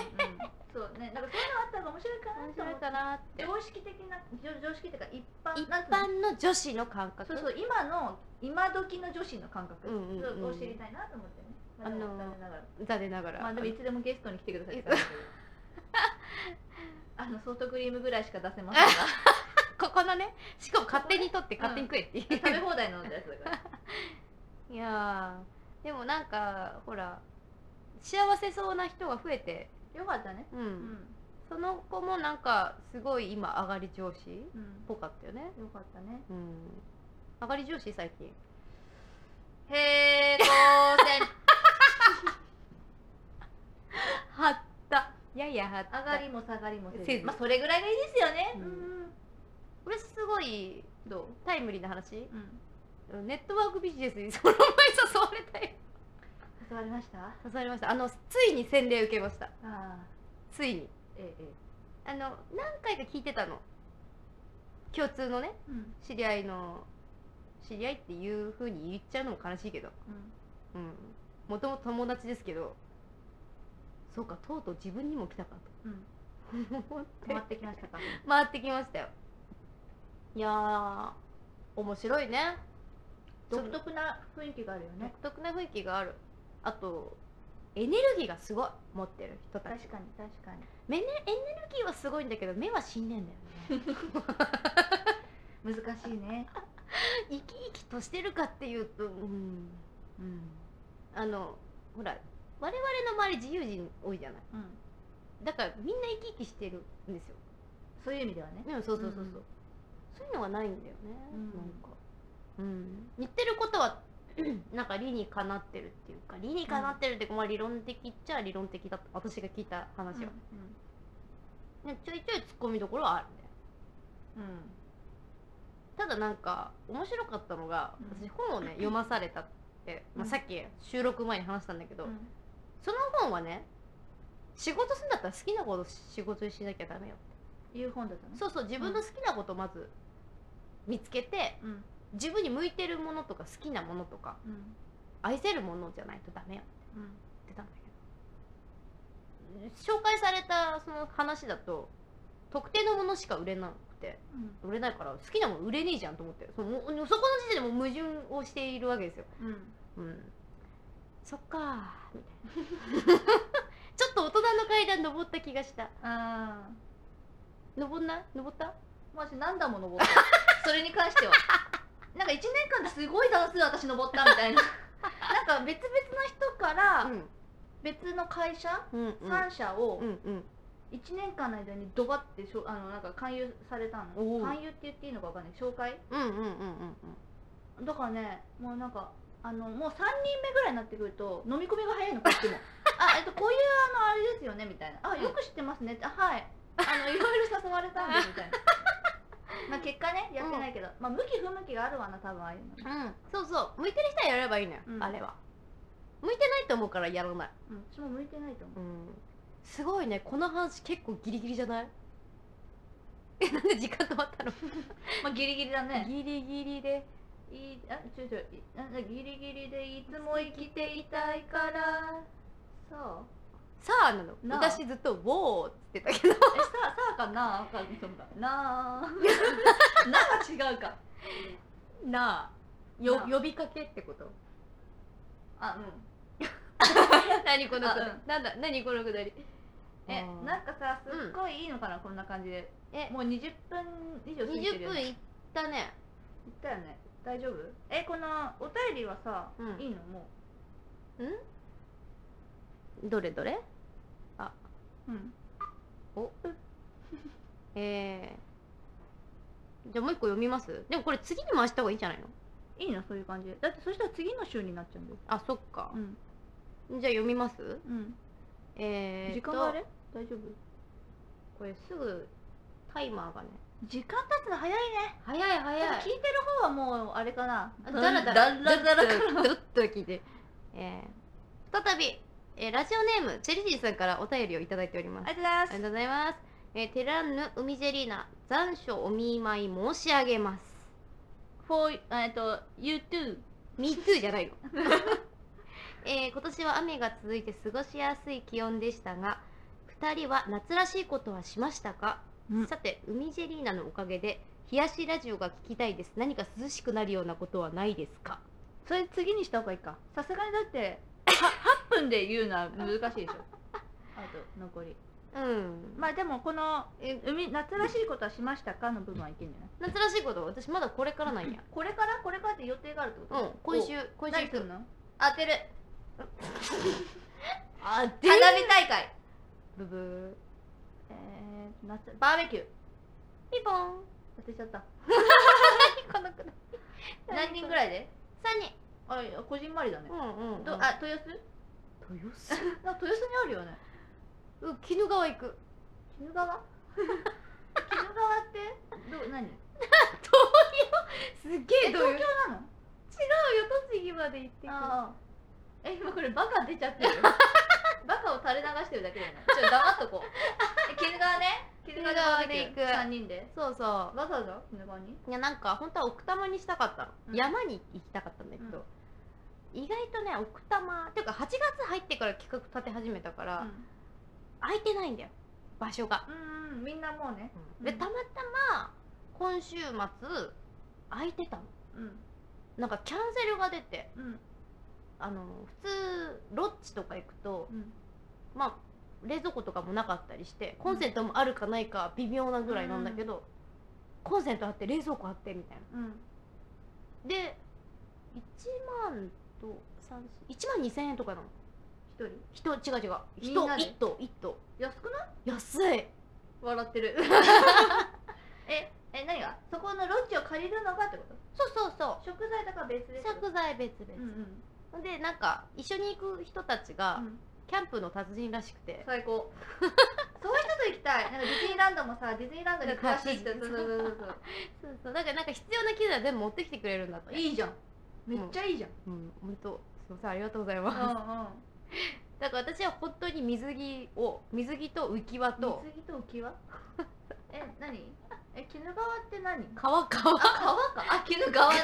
[SPEAKER 1] そうねなんかそういうのあったら面白いかな
[SPEAKER 2] 面
[SPEAKER 1] と
[SPEAKER 2] 白い
[SPEAKER 1] 思って
[SPEAKER 2] かなって
[SPEAKER 1] 常識的な常常識っていうか一般
[SPEAKER 2] 一
[SPEAKER 1] なんつうの
[SPEAKER 2] 般の女子の感覚
[SPEAKER 1] そうそう今の今時の女子の感覚
[SPEAKER 2] うんうんうん
[SPEAKER 1] を知りたいなと思ってね、ま
[SPEAKER 2] あのー
[SPEAKER 1] でも残念ながら
[SPEAKER 2] 残念ながら、
[SPEAKER 1] まあでもいつでもゲストに来てく ださいって
[SPEAKER 2] うん
[SPEAKER 1] 感じだけどあのソフトクリームぐらいしか出せません が
[SPEAKER 2] ここのねしかも勝手に取って勝手に食えっていう、
[SPEAKER 1] 食べ放題のやつだから
[SPEAKER 2] いやーでもなんかほら幸せそうな人が増えて、
[SPEAKER 1] よかったね
[SPEAKER 2] うん
[SPEAKER 1] うん
[SPEAKER 2] その子もなんかすごい今上がり調子っ
[SPEAKER 1] うん
[SPEAKER 2] ぽかったよね、
[SPEAKER 1] よかったね
[SPEAKER 2] うん、上がり調子最近
[SPEAKER 1] へえ当然
[SPEAKER 2] はったややはった
[SPEAKER 1] 上がりも下がりも
[SPEAKER 2] せ
[SPEAKER 1] せ
[SPEAKER 2] ず
[SPEAKER 1] ずまあそれぐらいがいいですよね
[SPEAKER 2] うん
[SPEAKER 1] うん
[SPEAKER 2] これすごい
[SPEAKER 1] どう
[SPEAKER 2] タイムリーな話
[SPEAKER 1] うん
[SPEAKER 2] ネットワークビジネスにその前誘われたよ
[SPEAKER 1] 誘われましたあ
[SPEAKER 2] 誘われましたあのついに洗礼受けました
[SPEAKER 1] あ
[SPEAKER 2] ついに
[SPEAKER 1] えええ
[SPEAKER 2] あの何回か聞いてたの共通のね
[SPEAKER 1] えうん
[SPEAKER 2] 知り合いの知り合いっていうふうに言っちゃうのも悲しいけど
[SPEAKER 1] うん
[SPEAKER 2] うんもともと友達ですけどそうかとうとう自分にも来たか
[SPEAKER 1] うん
[SPEAKER 2] と思っ
[SPEAKER 1] 止ま
[SPEAKER 2] て
[SPEAKER 1] ってきましたか
[SPEAKER 2] 回ってきましたよいやー面白いね
[SPEAKER 1] 独特な雰囲気があるよね
[SPEAKER 2] 独特な雰囲気があるあとエネルギーがすごい持ってる人たち
[SPEAKER 1] 確かに確かに
[SPEAKER 2] めねエネルギーはすごいんだけど目は死んでんだよね
[SPEAKER 1] 難しいね
[SPEAKER 2] 生き生きとしてるかっていうとうんうんあのほら我々の周り自由人多いじゃない
[SPEAKER 1] うん
[SPEAKER 2] だからみんな生き生きしてるんですよ
[SPEAKER 1] そういう意味ではね
[SPEAKER 2] でもそうそうそうそう、
[SPEAKER 1] うんうん
[SPEAKER 2] そういうのがないんだよね、
[SPEAKER 1] うん
[SPEAKER 2] なんか、うん、言ってることは なんか理にかなってるっていうか理にかなってるっていうか、まあ理論的っちゃ理論的だった私が聞いた話は、でちょいちょいツッコミどころはあるんだよ
[SPEAKER 1] うんうん
[SPEAKER 2] ただなんか面白かったのが
[SPEAKER 1] うん
[SPEAKER 2] 私本を ね読まされたって、まあ、
[SPEAKER 1] うん
[SPEAKER 2] さっき収録前に話したんだけど、
[SPEAKER 1] うん
[SPEAKER 2] その本はね仕事するんだったら好きなこと仕事にしなきゃダメよ
[SPEAKER 1] いう本だったの
[SPEAKER 2] そうそう自分の好きなことをまず見つけて
[SPEAKER 1] うん
[SPEAKER 2] 自分に向いてるものとか好きなものとか
[SPEAKER 1] うん
[SPEAKER 2] あ愛せるものじゃないとダメよって
[SPEAKER 1] うん
[SPEAKER 2] 言ってたんだけど紹介されたその話だと特定のものしか売れなくて
[SPEAKER 1] うん
[SPEAKER 2] 売れないから好きなもん売れねえじゃんと思ってそのもうそこの時点でもう矛盾をしているわけですよ
[SPEAKER 1] うん
[SPEAKER 2] うんそっかーみたいな ちょっと大人の階段登った気がした
[SPEAKER 1] あ
[SPEAKER 2] 登んな登った
[SPEAKER 1] ーマジ何段も 登ったそれに関してはなんか1年間ですごい段数私登ったみたいななんか別々の人から
[SPEAKER 2] ん
[SPEAKER 1] 別の会社、
[SPEAKER 2] うんうん
[SPEAKER 1] 3社を
[SPEAKER 2] うんうん
[SPEAKER 1] 1年間の間にドバってしょあのなんか勧誘された
[SPEAKER 2] お
[SPEAKER 1] の
[SPEAKER 2] う
[SPEAKER 1] 勧誘って言っていいのかわかんない紹介
[SPEAKER 2] うんうんうんうん
[SPEAKER 1] だからねもうなんかあのもう3人目ぐらいになってくると飲み込みが早いのこっ ちもあえっとこういうあのあれですよねみたいなあよく知ってますねってあはいあのいろいろ誘われたんでみた いなまあ結果ねやってないけど、まあ向き不向きがあるわな多分ああいうの、
[SPEAKER 2] うんうんそうそう向いてる人はやればいいのよ、
[SPEAKER 1] うん
[SPEAKER 2] あれは向いてないと思うからやらない、
[SPEAKER 1] うん、私も向いてないと思う
[SPEAKER 2] うん、すごいねこの話結構ギリギリじゃないえなんで時間止まったの、
[SPEAKER 1] まあギリギリだね
[SPEAKER 2] ギリギリで
[SPEAKER 1] いいあちょちょいなんだギリギリでいつも生きていたいからそう
[SPEAKER 2] さあなの
[SPEAKER 1] なあ
[SPEAKER 2] 私ずっと「ウォー」って言ってたけど
[SPEAKER 1] えさあさあかなあかんと思ったなあなあは違うか
[SPEAKER 2] なあよ
[SPEAKER 1] なあ
[SPEAKER 2] 呼びかけってこと
[SPEAKER 1] あうん
[SPEAKER 2] 何このくだり
[SPEAKER 1] あう
[SPEAKER 2] なんだ何このくだり
[SPEAKER 1] え
[SPEAKER 2] あー
[SPEAKER 1] なんかさすっごいいいのかな、こんな感じで
[SPEAKER 2] え
[SPEAKER 1] もう20分以上過ぎてる
[SPEAKER 2] 20
[SPEAKER 1] よ
[SPEAKER 2] 分
[SPEAKER 1] ね
[SPEAKER 2] いったね
[SPEAKER 1] いったよね大丈夫えこのお便りはさ、
[SPEAKER 2] うん
[SPEAKER 1] いいのも
[SPEAKER 2] どれどれ
[SPEAKER 1] ううん
[SPEAKER 2] お えー、じゃあもう一個読みますでもこれ次に回した方がいいんじゃないの
[SPEAKER 1] いいのそういう感じでだってそしたら次の週になっちゃうんだよ
[SPEAKER 2] あそっか
[SPEAKER 1] う、ん
[SPEAKER 2] じゃあ読みます
[SPEAKER 1] うん、
[SPEAKER 2] えー、
[SPEAKER 1] 時間があれ大丈夫
[SPEAKER 2] これすぐタイマーがね
[SPEAKER 1] 時間経つの早いね
[SPEAKER 2] 早い早
[SPEAKER 1] 多分聞いてる方はもうあれかな
[SPEAKER 2] だらだ
[SPEAKER 1] だ
[SPEAKER 2] ら
[SPEAKER 1] らだらから
[SPEAKER 2] ずっと聞いて、えー、再び、えー、ラジオネームチェリジーさんからお便りをいただいております
[SPEAKER 1] ありが
[SPEAKER 2] あ
[SPEAKER 1] と
[SPEAKER 2] り
[SPEAKER 1] うございます
[SPEAKER 2] がとうございます。えー、テランヌ海ジェリーナ残暑お見舞い申し上げます。
[SPEAKER 1] for えっと you too
[SPEAKER 2] Me too じゃ ないの。えー、今年は雨が続いて過ごしやすい気温でしたが、二人は夏らしいことはしましたか、
[SPEAKER 1] うん
[SPEAKER 2] さて、海ジェリーナのおかげで、冷やしラジオが聞きたいです。何か涼しくなるようなことはないですか
[SPEAKER 1] それ次にした方がいいかさすがにだっては8分で言うのは難し いでしょあと残り
[SPEAKER 2] うん。
[SPEAKER 1] まあでもこのえ海夏らしいことはしましたかの部分はいけんじゃない
[SPEAKER 2] 夏らしいことは私まだこれからなんや。
[SPEAKER 1] これからこれからって予定があるってこ
[SPEAKER 2] う
[SPEAKER 1] と
[SPEAKER 2] ん、今週、
[SPEAKER 1] お
[SPEAKER 2] 今週
[SPEAKER 1] 何
[SPEAKER 2] 行
[SPEAKER 1] する
[SPEAKER 2] く。
[SPEAKER 1] の
[SPEAKER 2] 当てる。あ、で
[SPEAKER 1] 花火大会
[SPEAKER 2] ブブー。
[SPEAKER 1] えー、夏バーベキュー
[SPEAKER 2] ピンポン。
[SPEAKER 1] 当てちゃっ た
[SPEAKER 2] このくだ
[SPEAKER 1] 何人ぐ
[SPEAKER 2] い
[SPEAKER 1] らいで
[SPEAKER 2] 三人
[SPEAKER 1] あいやこじんまりだね、
[SPEAKER 2] んう
[SPEAKER 1] ど
[SPEAKER 2] あ
[SPEAKER 1] あ豊洲
[SPEAKER 2] 豊洲
[SPEAKER 1] なんか豊洲にあるよね
[SPEAKER 2] うん鬼怒川行く
[SPEAKER 1] 鬼怒川鬼怒川ってど何
[SPEAKER 2] すっげ
[SPEAKER 1] え
[SPEAKER 2] え
[SPEAKER 1] 東京
[SPEAKER 2] 東
[SPEAKER 1] なの
[SPEAKER 2] 京栃木まで行って
[SPEAKER 1] ああえ今これバカ出ちゃってる バカを垂れ流してるだけだよねちょっと黙っとこう え鬼怒川ね鬼怒川で行く
[SPEAKER 2] 鬼怒川で行く
[SPEAKER 1] 3人で
[SPEAKER 2] そうそ
[SPEAKER 1] わざわざ鬼怒川に
[SPEAKER 2] ういやなんか本当は奥多摩にしたかったの、
[SPEAKER 1] うん
[SPEAKER 2] 山に行きたかったんだけど、意外とね奥多摩っていうか8月入ってから企画立て始めたから、空いてないんだよ場所が、
[SPEAKER 1] うんうんみんなもうね
[SPEAKER 2] で
[SPEAKER 1] うん
[SPEAKER 2] たまたま今週末空いてたの
[SPEAKER 1] うん
[SPEAKER 2] なんかキャンセルが出て
[SPEAKER 1] うん
[SPEAKER 2] あの普通ロッチとか行くと、
[SPEAKER 1] うん
[SPEAKER 2] まあ冷蔵庫とかもなかったりしてコンセントもあるかないか微妙なぐらいなんだけど、コンセントあって冷蔵庫あってみたいな
[SPEAKER 1] うん
[SPEAKER 2] で1万と1万2000円とかなの
[SPEAKER 1] 一人
[SPEAKER 2] 人違う違う
[SPEAKER 1] み
[SPEAKER 2] 人
[SPEAKER 1] んなで
[SPEAKER 2] 1頭1頭
[SPEAKER 1] 安くない
[SPEAKER 2] 安い
[SPEAKER 1] 笑 ってるええ何がそこのロッジを借りるのがってこと
[SPEAKER 2] そうそうそ
[SPEAKER 1] 食材とか別
[SPEAKER 2] う
[SPEAKER 1] です
[SPEAKER 2] 食材別
[SPEAKER 1] うん
[SPEAKER 2] 々、でなんか一緒に行く人たち
[SPEAKER 1] う
[SPEAKER 2] が、
[SPEAKER 1] ん、うん、
[SPEAKER 2] キャンプの達人らしくて
[SPEAKER 1] 最高 そういう人と行きたいなんかディズニーランドもさディズニーランドに詳しいって
[SPEAKER 2] 詳しい
[SPEAKER 1] そうそうそうそう
[SPEAKER 2] そうそうだからなんか必要な機材は全部持ってきてくれるんだって
[SPEAKER 1] いいじゃんめっちゃいいじゃん、
[SPEAKER 2] うん本当すいませんありがとうございます、
[SPEAKER 1] う
[SPEAKER 2] だから私は本当に水着を水着と浮き輪
[SPEAKER 1] んうん
[SPEAKER 2] と
[SPEAKER 1] 水着と浮き輪 え何え鬼怒川って何
[SPEAKER 2] 川川
[SPEAKER 1] 川かあ鬼怒川ね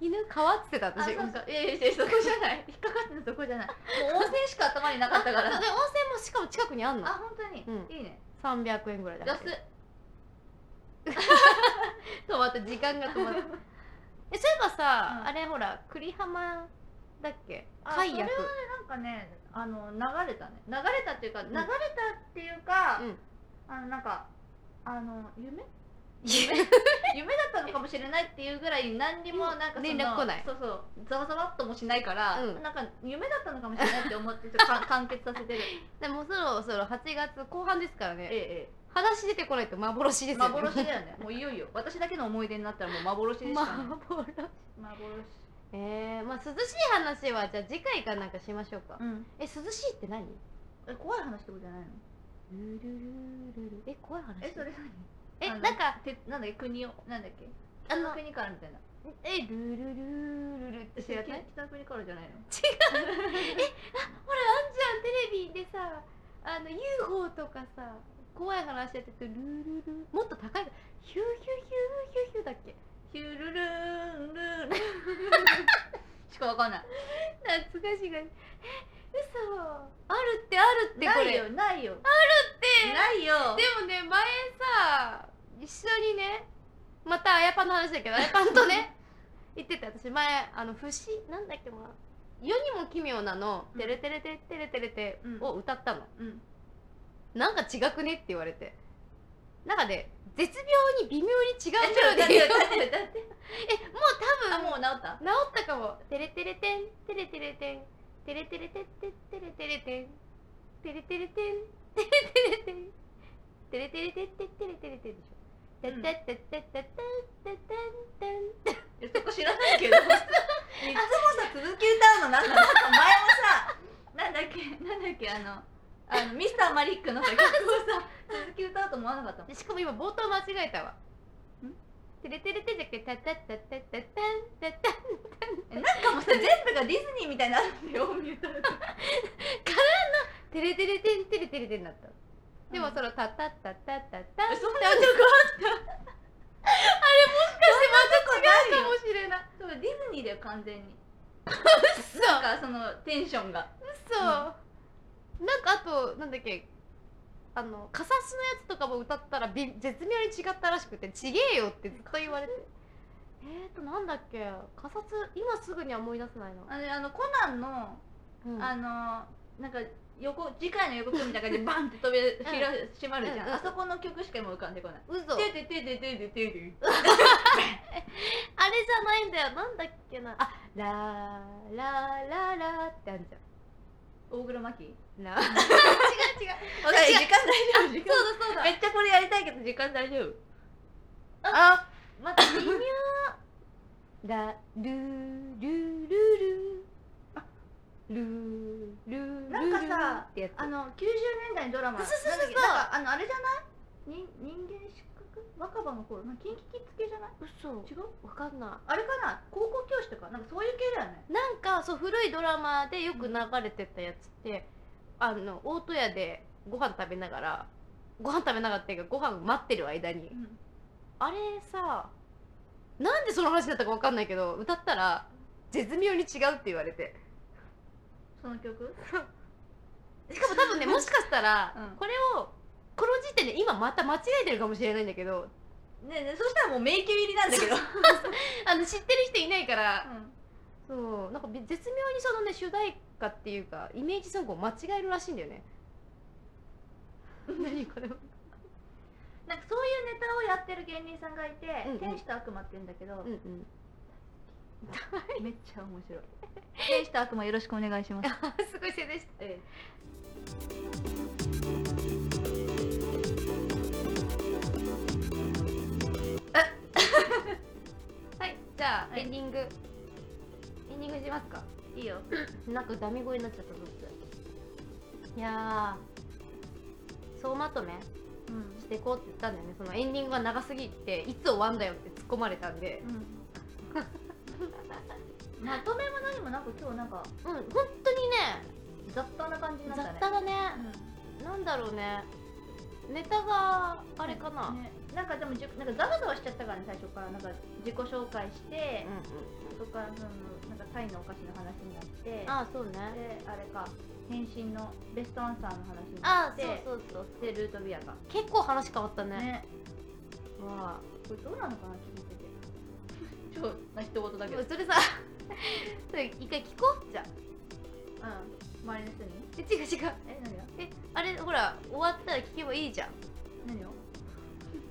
[SPEAKER 2] 犬川って言ってた
[SPEAKER 1] あ、
[SPEAKER 2] 私
[SPEAKER 1] そう
[SPEAKER 2] 温泉
[SPEAKER 1] か。いやいやいや、そこじゃない。引っかかってるそこじゃない。もう温泉しか頭になかったか
[SPEAKER 2] あそう
[SPEAKER 1] ら。
[SPEAKER 2] で温泉もしかも近くにあんの
[SPEAKER 1] あ、本当に。
[SPEAKER 2] うん
[SPEAKER 1] いいね。
[SPEAKER 2] 300円ぐらいだ
[SPEAKER 1] 安っ。
[SPEAKER 2] 止まった時間が 止まったえそういえばさ、
[SPEAKER 1] うん
[SPEAKER 2] あれほら栗浜だっけ
[SPEAKER 1] あ
[SPEAKER 2] 海薬
[SPEAKER 1] それはなんかね、あの流れたね。流れたっていうか、流れたっていうか、
[SPEAKER 2] うん
[SPEAKER 1] あのなんかあの夢夢だったのかもしれないっていうぐらい何にもなんかその
[SPEAKER 2] 連絡来ない
[SPEAKER 1] そうそうざわざわっともしないから、
[SPEAKER 2] うん
[SPEAKER 1] なんか夢だったのかもしれないって思ってちょっと か完結させてる
[SPEAKER 2] でもそろそろ8月後半ですからね
[SPEAKER 1] え
[SPEAKER 2] 話出てこないと幻で
[SPEAKER 1] え
[SPEAKER 2] すよね
[SPEAKER 1] 幻だよねもういよいよ私だけの思い出になったらもう幻でしかない、
[SPEAKER 2] 幻
[SPEAKER 1] 幻
[SPEAKER 2] えー、まあ涼しい話はじゃあ次回かなんかしましょうか、
[SPEAKER 1] うん
[SPEAKER 2] え涼しいって何
[SPEAKER 1] え怖い話ってことじゃないの
[SPEAKER 2] ルルルルルえ怖い話
[SPEAKER 1] えそれ何
[SPEAKER 2] え
[SPEAKER 1] あ
[SPEAKER 2] な
[SPEAKER 1] の
[SPEAKER 2] んか
[SPEAKER 1] てなんだっけ国をなんだっけ
[SPEAKER 2] あ
[SPEAKER 1] 北
[SPEAKER 2] の
[SPEAKER 1] 国からみたいな
[SPEAKER 2] えルルルルルルって知らない
[SPEAKER 1] 北国からじゃないの
[SPEAKER 2] ほらあんじゃんテレビでさあの UFO とかさ怖い話やっててルールルもっと高いヒューヒューヒューヒューヒューだっけ
[SPEAKER 1] ヒュルルーンルーンルーン しかわかんない
[SPEAKER 2] 懐かしいがえ嘘あるってあるってこれ
[SPEAKER 1] ないよないよ
[SPEAKER 2] って
[SPEAKER 1] ないよ
[SPEAKER 2] でもね前さ一緒にねまたあやぱの話だけどあやぱんと ね言ってて私前あの「不思なんだっけまあ世にも奇妙なの「
[SPEAKER 1] うん
[SPEAKER 2] てれてれててれてれて
[SPEAKER 1] うん」
[SPEAKER 2] を歌ったの、
[SPEAKER 1] うん
[SPEAKER 2] なんか違くねって言われてなんかね絶妙に微妙に違うメロ
[SPEAKER 1] だ
[SPEAKER 2] ディ
[SPEAKER 1] って
[SPEAKER 2] ーを
[SPEAKER 1] だってだって
[SPEAKER 2] えもう多
[SPEAKER 1] あ
[SPEAKER 2] 分
[SPEAKER 1] もう治った
[SPEAKER 2] 治ったかも「てれてれてんてれてれてんてれてれてっててれてれてんてれてれてんてれてれてんてれてれてっててれてれてん」でしょ「てってってってってってってってんてん」
[SPEAKER 1] えそこ知らないけ どいつもさ続き歌うのなんかなんか前もさ なんだっけなんだっけあのあ のミスターマリックのさ曲をさ続き歌うと思わなか ったもん
[SPEAKER 2] でしかも今冒頭間違えたわ
[SPEAKER 1] ん
[SPEAKER 2] 「てれてれてん」じゃなくて「たたたたたたんたたん
[SPEAKER 1] えなんかもうさ全部がディズニーみたいになるんだよ大見 歌うと
[SPEAKER 2] てれてれてんてれてれてん」だったでもその「たたたたたたん」
[SPEAKER 1] えそんな
[SPEAKER 2] あ
[SPEAKER 1] 曲
[SPEAKER 2] ったかもしれない
[SPEAKER 1] そうディズニーだよ完 全に
[SPEAKER 2] 嘘
[SPEAKER 1] なんかそのテンションが
[SPEAKER 2] そう、なんかあとなんだっけあのカサスのやつとかも歌ったらび絶妙に違ったらしくて「ちげえよ」ってずっと言われてえーとなんだっけカサス今すぐには思い出せないな、
[SPEAKER 1] あのあのコナンの
[SPEAKER 2] うん
[SPEAKER 1] あのなんか横次回の予告みたいな感じでバンって飛び開閉まるじゃん、
[SPEAKER 2] うんうん
[SPEAKER 1] あそこの曲しか今浮かんでこない
[SPEAKER 2] 嘘あ
[SPEAKER 1] て
[SPEAKER 2] れ
[SPEAKER 1] ててててててて
[SPEAKER 2] じゃないんだよなんだっけなあラーラーラーラーってあるじゃ
[SPEAKER 1] 大黒摩季
[SPEAKER 2] んラー 違う違う
[SPEAKER 1] 私
[SPEAKER 2] 私
[SPEAKER 1] 時間大丈夫時
[SPEAKER 2] 違う
[SPEAKER 1] 間
[SPEAKER 2] そうだそうだ
[SPEAKER 1] めっちゃこれやりたいけど時間大丈夫
[SPEAKER 2] あ
[SPEAKER 1] また微妙
[SPEAKER 2] ラルールール
[SPEAKER 1] あ
[SPEAKER 2] ールールールールー
[SPEAKER 1] なんかさ
[SPEAKER 2] ってやつ
[SPEAKER 1] あの90年代のドラマ
[SPEAKER 2] そうそうそうそう
[SPEAKER 1] なんだっけなんかあのあれじゃない人人間失格若葉の頃なんかキンキキッズ系じゃない
[SPEAKER 2] 嘘
[SPEAKER 1] 違う
[SPEAKER 2] わかんな
[SPEAKER 1] あれかな高校教師とかなんかそういう系だよね
[SPEAKER 2] いなんかそう古いドラマでよく流れてたやつって、あの大戸屋でご飯食べながらご飯食べながらっていうかご飯待ってる間に
[SPEAKER 1] うん
[SPEAKER 2] あれさなんでその話だったかわかんないけど歌ったら絶妙に違うって言われて
[SPEAKER 1] その曲
[SPEAKER 2] しかも多分 ねもしかしたら、
[SPEAKER 1] うん
[SPEAKER 2] これをこの時点で今また間違えてるかもしれないんだけど
[SPEAKER 1] ねえねえそしたらもう迷宮入りなんだけど、
[SPEAKER 2] あの知ってる人いないから
[SPEAKER 1] うん
[SPEAKER 2] そうなんかべ絶妙にそのね主題歌っていうかイメージソングを間違えるらしいんだよね 何これ
[SPEAKER 1] なんかそういうネタをやってる芸人さんがいて、
[SPEAKER 2] うんうん
[SPEAKER 1] 天使と悪魔って言うんだけど、
[SPEAKER 2] うんうん
[SPEAKER 1] めっちゃ面白い。天使と悪魔よろしくお願いします。
[SPEAKER 2] あすごいせいでした
[SPEAKER 1] え
[SPEAKER 2] はいじゃあ
[SPEAKER 1] はい
[SPEAKER 2] エンディング、エンディングしますか
[SPEAKER 1] え、いいよ。
[SPEAKER 2] なんかダミ声になっちゃったどっちいやー総まとめ
[SPEAKER 1] うん。
[SPEAKER 2] していこうって言ったんだよねそのエンディングが長すぎていつ終わんだよって突っ込まれたんで
[SPEAKER 1] うん。まとめも何もなんか今日なんか
[SPEAKER 2] うん本当にね
[SPEAKER 1] 雑多な感じになっ
[SPEAKER 2] 雑多だ
[SPEAKER 1] たね。
[SPEAKER 2] ね
[SPEAKER 1] うん
[SPEAKER 2] なんだろうねネタがあれかな、
[SPEAKER 1] ね、なんかでもじゅなんかざわざわしちゃったからね最初からなんか自己紹介して、
[SPEAKER 2] う
[SPEAKER 1] そこからそのなんかタイのお菓子の話になって
[SPEAKER 2] んああそうね
[SPEAKER 1] であれか返信のベストアンサーの話にな
[SPEAKER 2] あ
[SPEAKER 1] っ
[SPEAKER 2] あ
[SPEAKER 1] て
[SPEAKER 2] そうそうそう
[SPEAKER 1] でルートビアが
[SPEAKER 2] 結構話変わったね
[SPEAKER 1] ね
[SPEAKER 2] わあ
[SPEAKER 1] これどうなのかな聞いて て超な一言だけどうん
[SPEAKER 2] それさ それ一回聞こうじゃあ
[SPEAKER 1] 周りの人に
[SPEAKER 2] え違う違う
[SPEAKER 1] え何が
[SPEAKER 2] えあれほら終わったら聞けばいいじゃん
[SPEAKER 1] 何を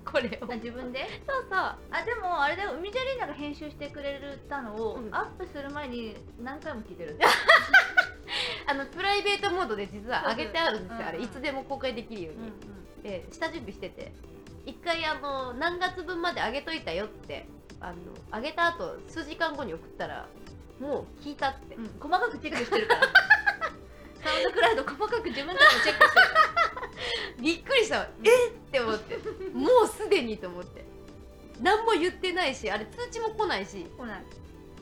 [SPEAKER 2] これを
[SPEAKER 1] あ自分で
[SPEAKER 2] そうそう
[SPEAKER 1] あでもあれだよ海ジェリーナが編集してくれたのを、
[SPEAKER 2] うん
[SPEAKER 1] アップする前に何回も聞いてる
[SPEAKER 2] あのプライベートモードで実は上げてあるんですよ、
[SPEAKER 1] うんうん
[SPEAKER 2] あれいつでも公開できるように、
[SPEAKER 1] う
[SPEAKER 2] で下準備してて一回あの何月分まで上げといたよってあの上げた後数時間後に送ったらもう聞いたって、
[SPEAKER 1] ん、うん、細かくチェックしてるから サウンドクラウド細かく自分たちもチェック してる
[SPEAKER 2] びっくりした、えっって思 ってもうすでにと思って何も言ってないしあれ通知も来ないし
[SPEAKER 1] ほら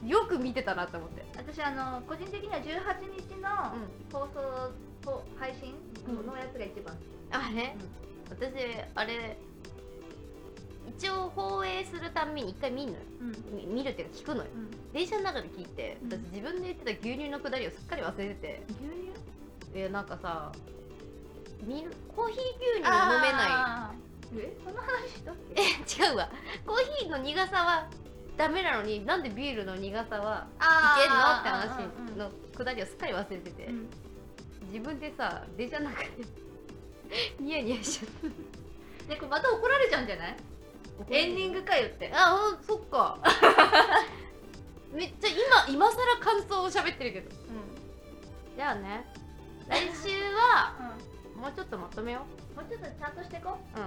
[SPEAKER 2] よく見てたなと思って
[SPEAKER 1] 私あの個人的には18日の放送、ほ配信
[SPEAKER 2] うん
[SPEAKER 1] のやつが一番好き、
[SPEAKER 2] あれ、私あれ一応放映するたんびに一回見んのよ
[SPEAKER 1] うん
[SPEAKER 2] み見るっていうか聞くのよ電車の中で聞いて
[SPEAKER 1] うん
[SPEAKER 2] 私自分で言ってた牛乳のくだりをすっかり忘れてて
[SPEAKER 1] 牛乳
[SPEAKER 2] いやなんかさミルコーヒー牛乳は飲めない
[SPEAKER 1] いえその話したっけ
[SPEAKER 2] え 違うわコーヒーの苦さはダメなのになんでビールの苦さはいけんのって
[SPEAKER 1] あ
[SPEAKER 2] 話
[SPEAKER 1] ー
[SPEAKER 2] のくだりをすっかり忘れてて、
[SPEAKER 1] うんうんうん
[SPEAKER 2] 自分でさ電車の中で ニヤニヤしちゃった
[SPEAKER 1] でこれまた怒られちゃうんじゃないエンディングかよって
[SPEAKER 2] あうんそっか めっちゃ今今更感想を喋ってるけど
[SPEAKER 1] う
[SPEAKER 2] じゃあね来週は
[SPEAKER 1] ん、うん
[SPEAKER 2] もうちょっとまとめよ
[SPEAKER 1] もうちょっとちゃんとしていこう。
[SPEAKER 2] う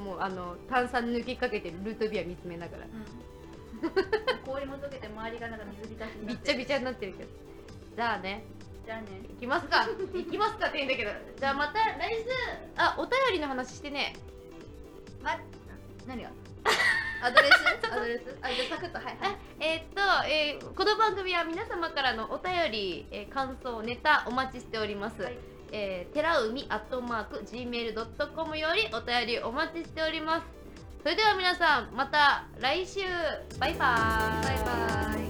[SPEAKER 2] うんもうあの炭酸抜けかけてるルートビア見つめながら
[SPEAKER 1] 氷も溶けて周りがなんか水浸しにな
[SPEAKER 2] び
[SPEAKER 1] っ
[SPEAKER 2] っち
[SPEAKER 1] て
[SPEAKER 2] ゃびちゃになってるけどじゃあね
[SPEAKER 1] じゃあね。
[SPEAKER 2] 行きますか行きますかって言うんだけどじゃあまた来週あお便りの話してね
[SPEAKER 1] ま、何がアドレスアドレスあ、じゃあサクッと、はい、はい
[SPEAKER 2] あ。えーっと、えーこの番組は皆様からのお便り、えー感想ネタお待ちしております、
[SPEAKER 1] はい
[SPEAKER 2] えー、寺海アットマーク gmail.com よりお便りお待ちしておりますそれでは皆さんまた来週バイバーイ
[SPEAKER 1] バイバーイ。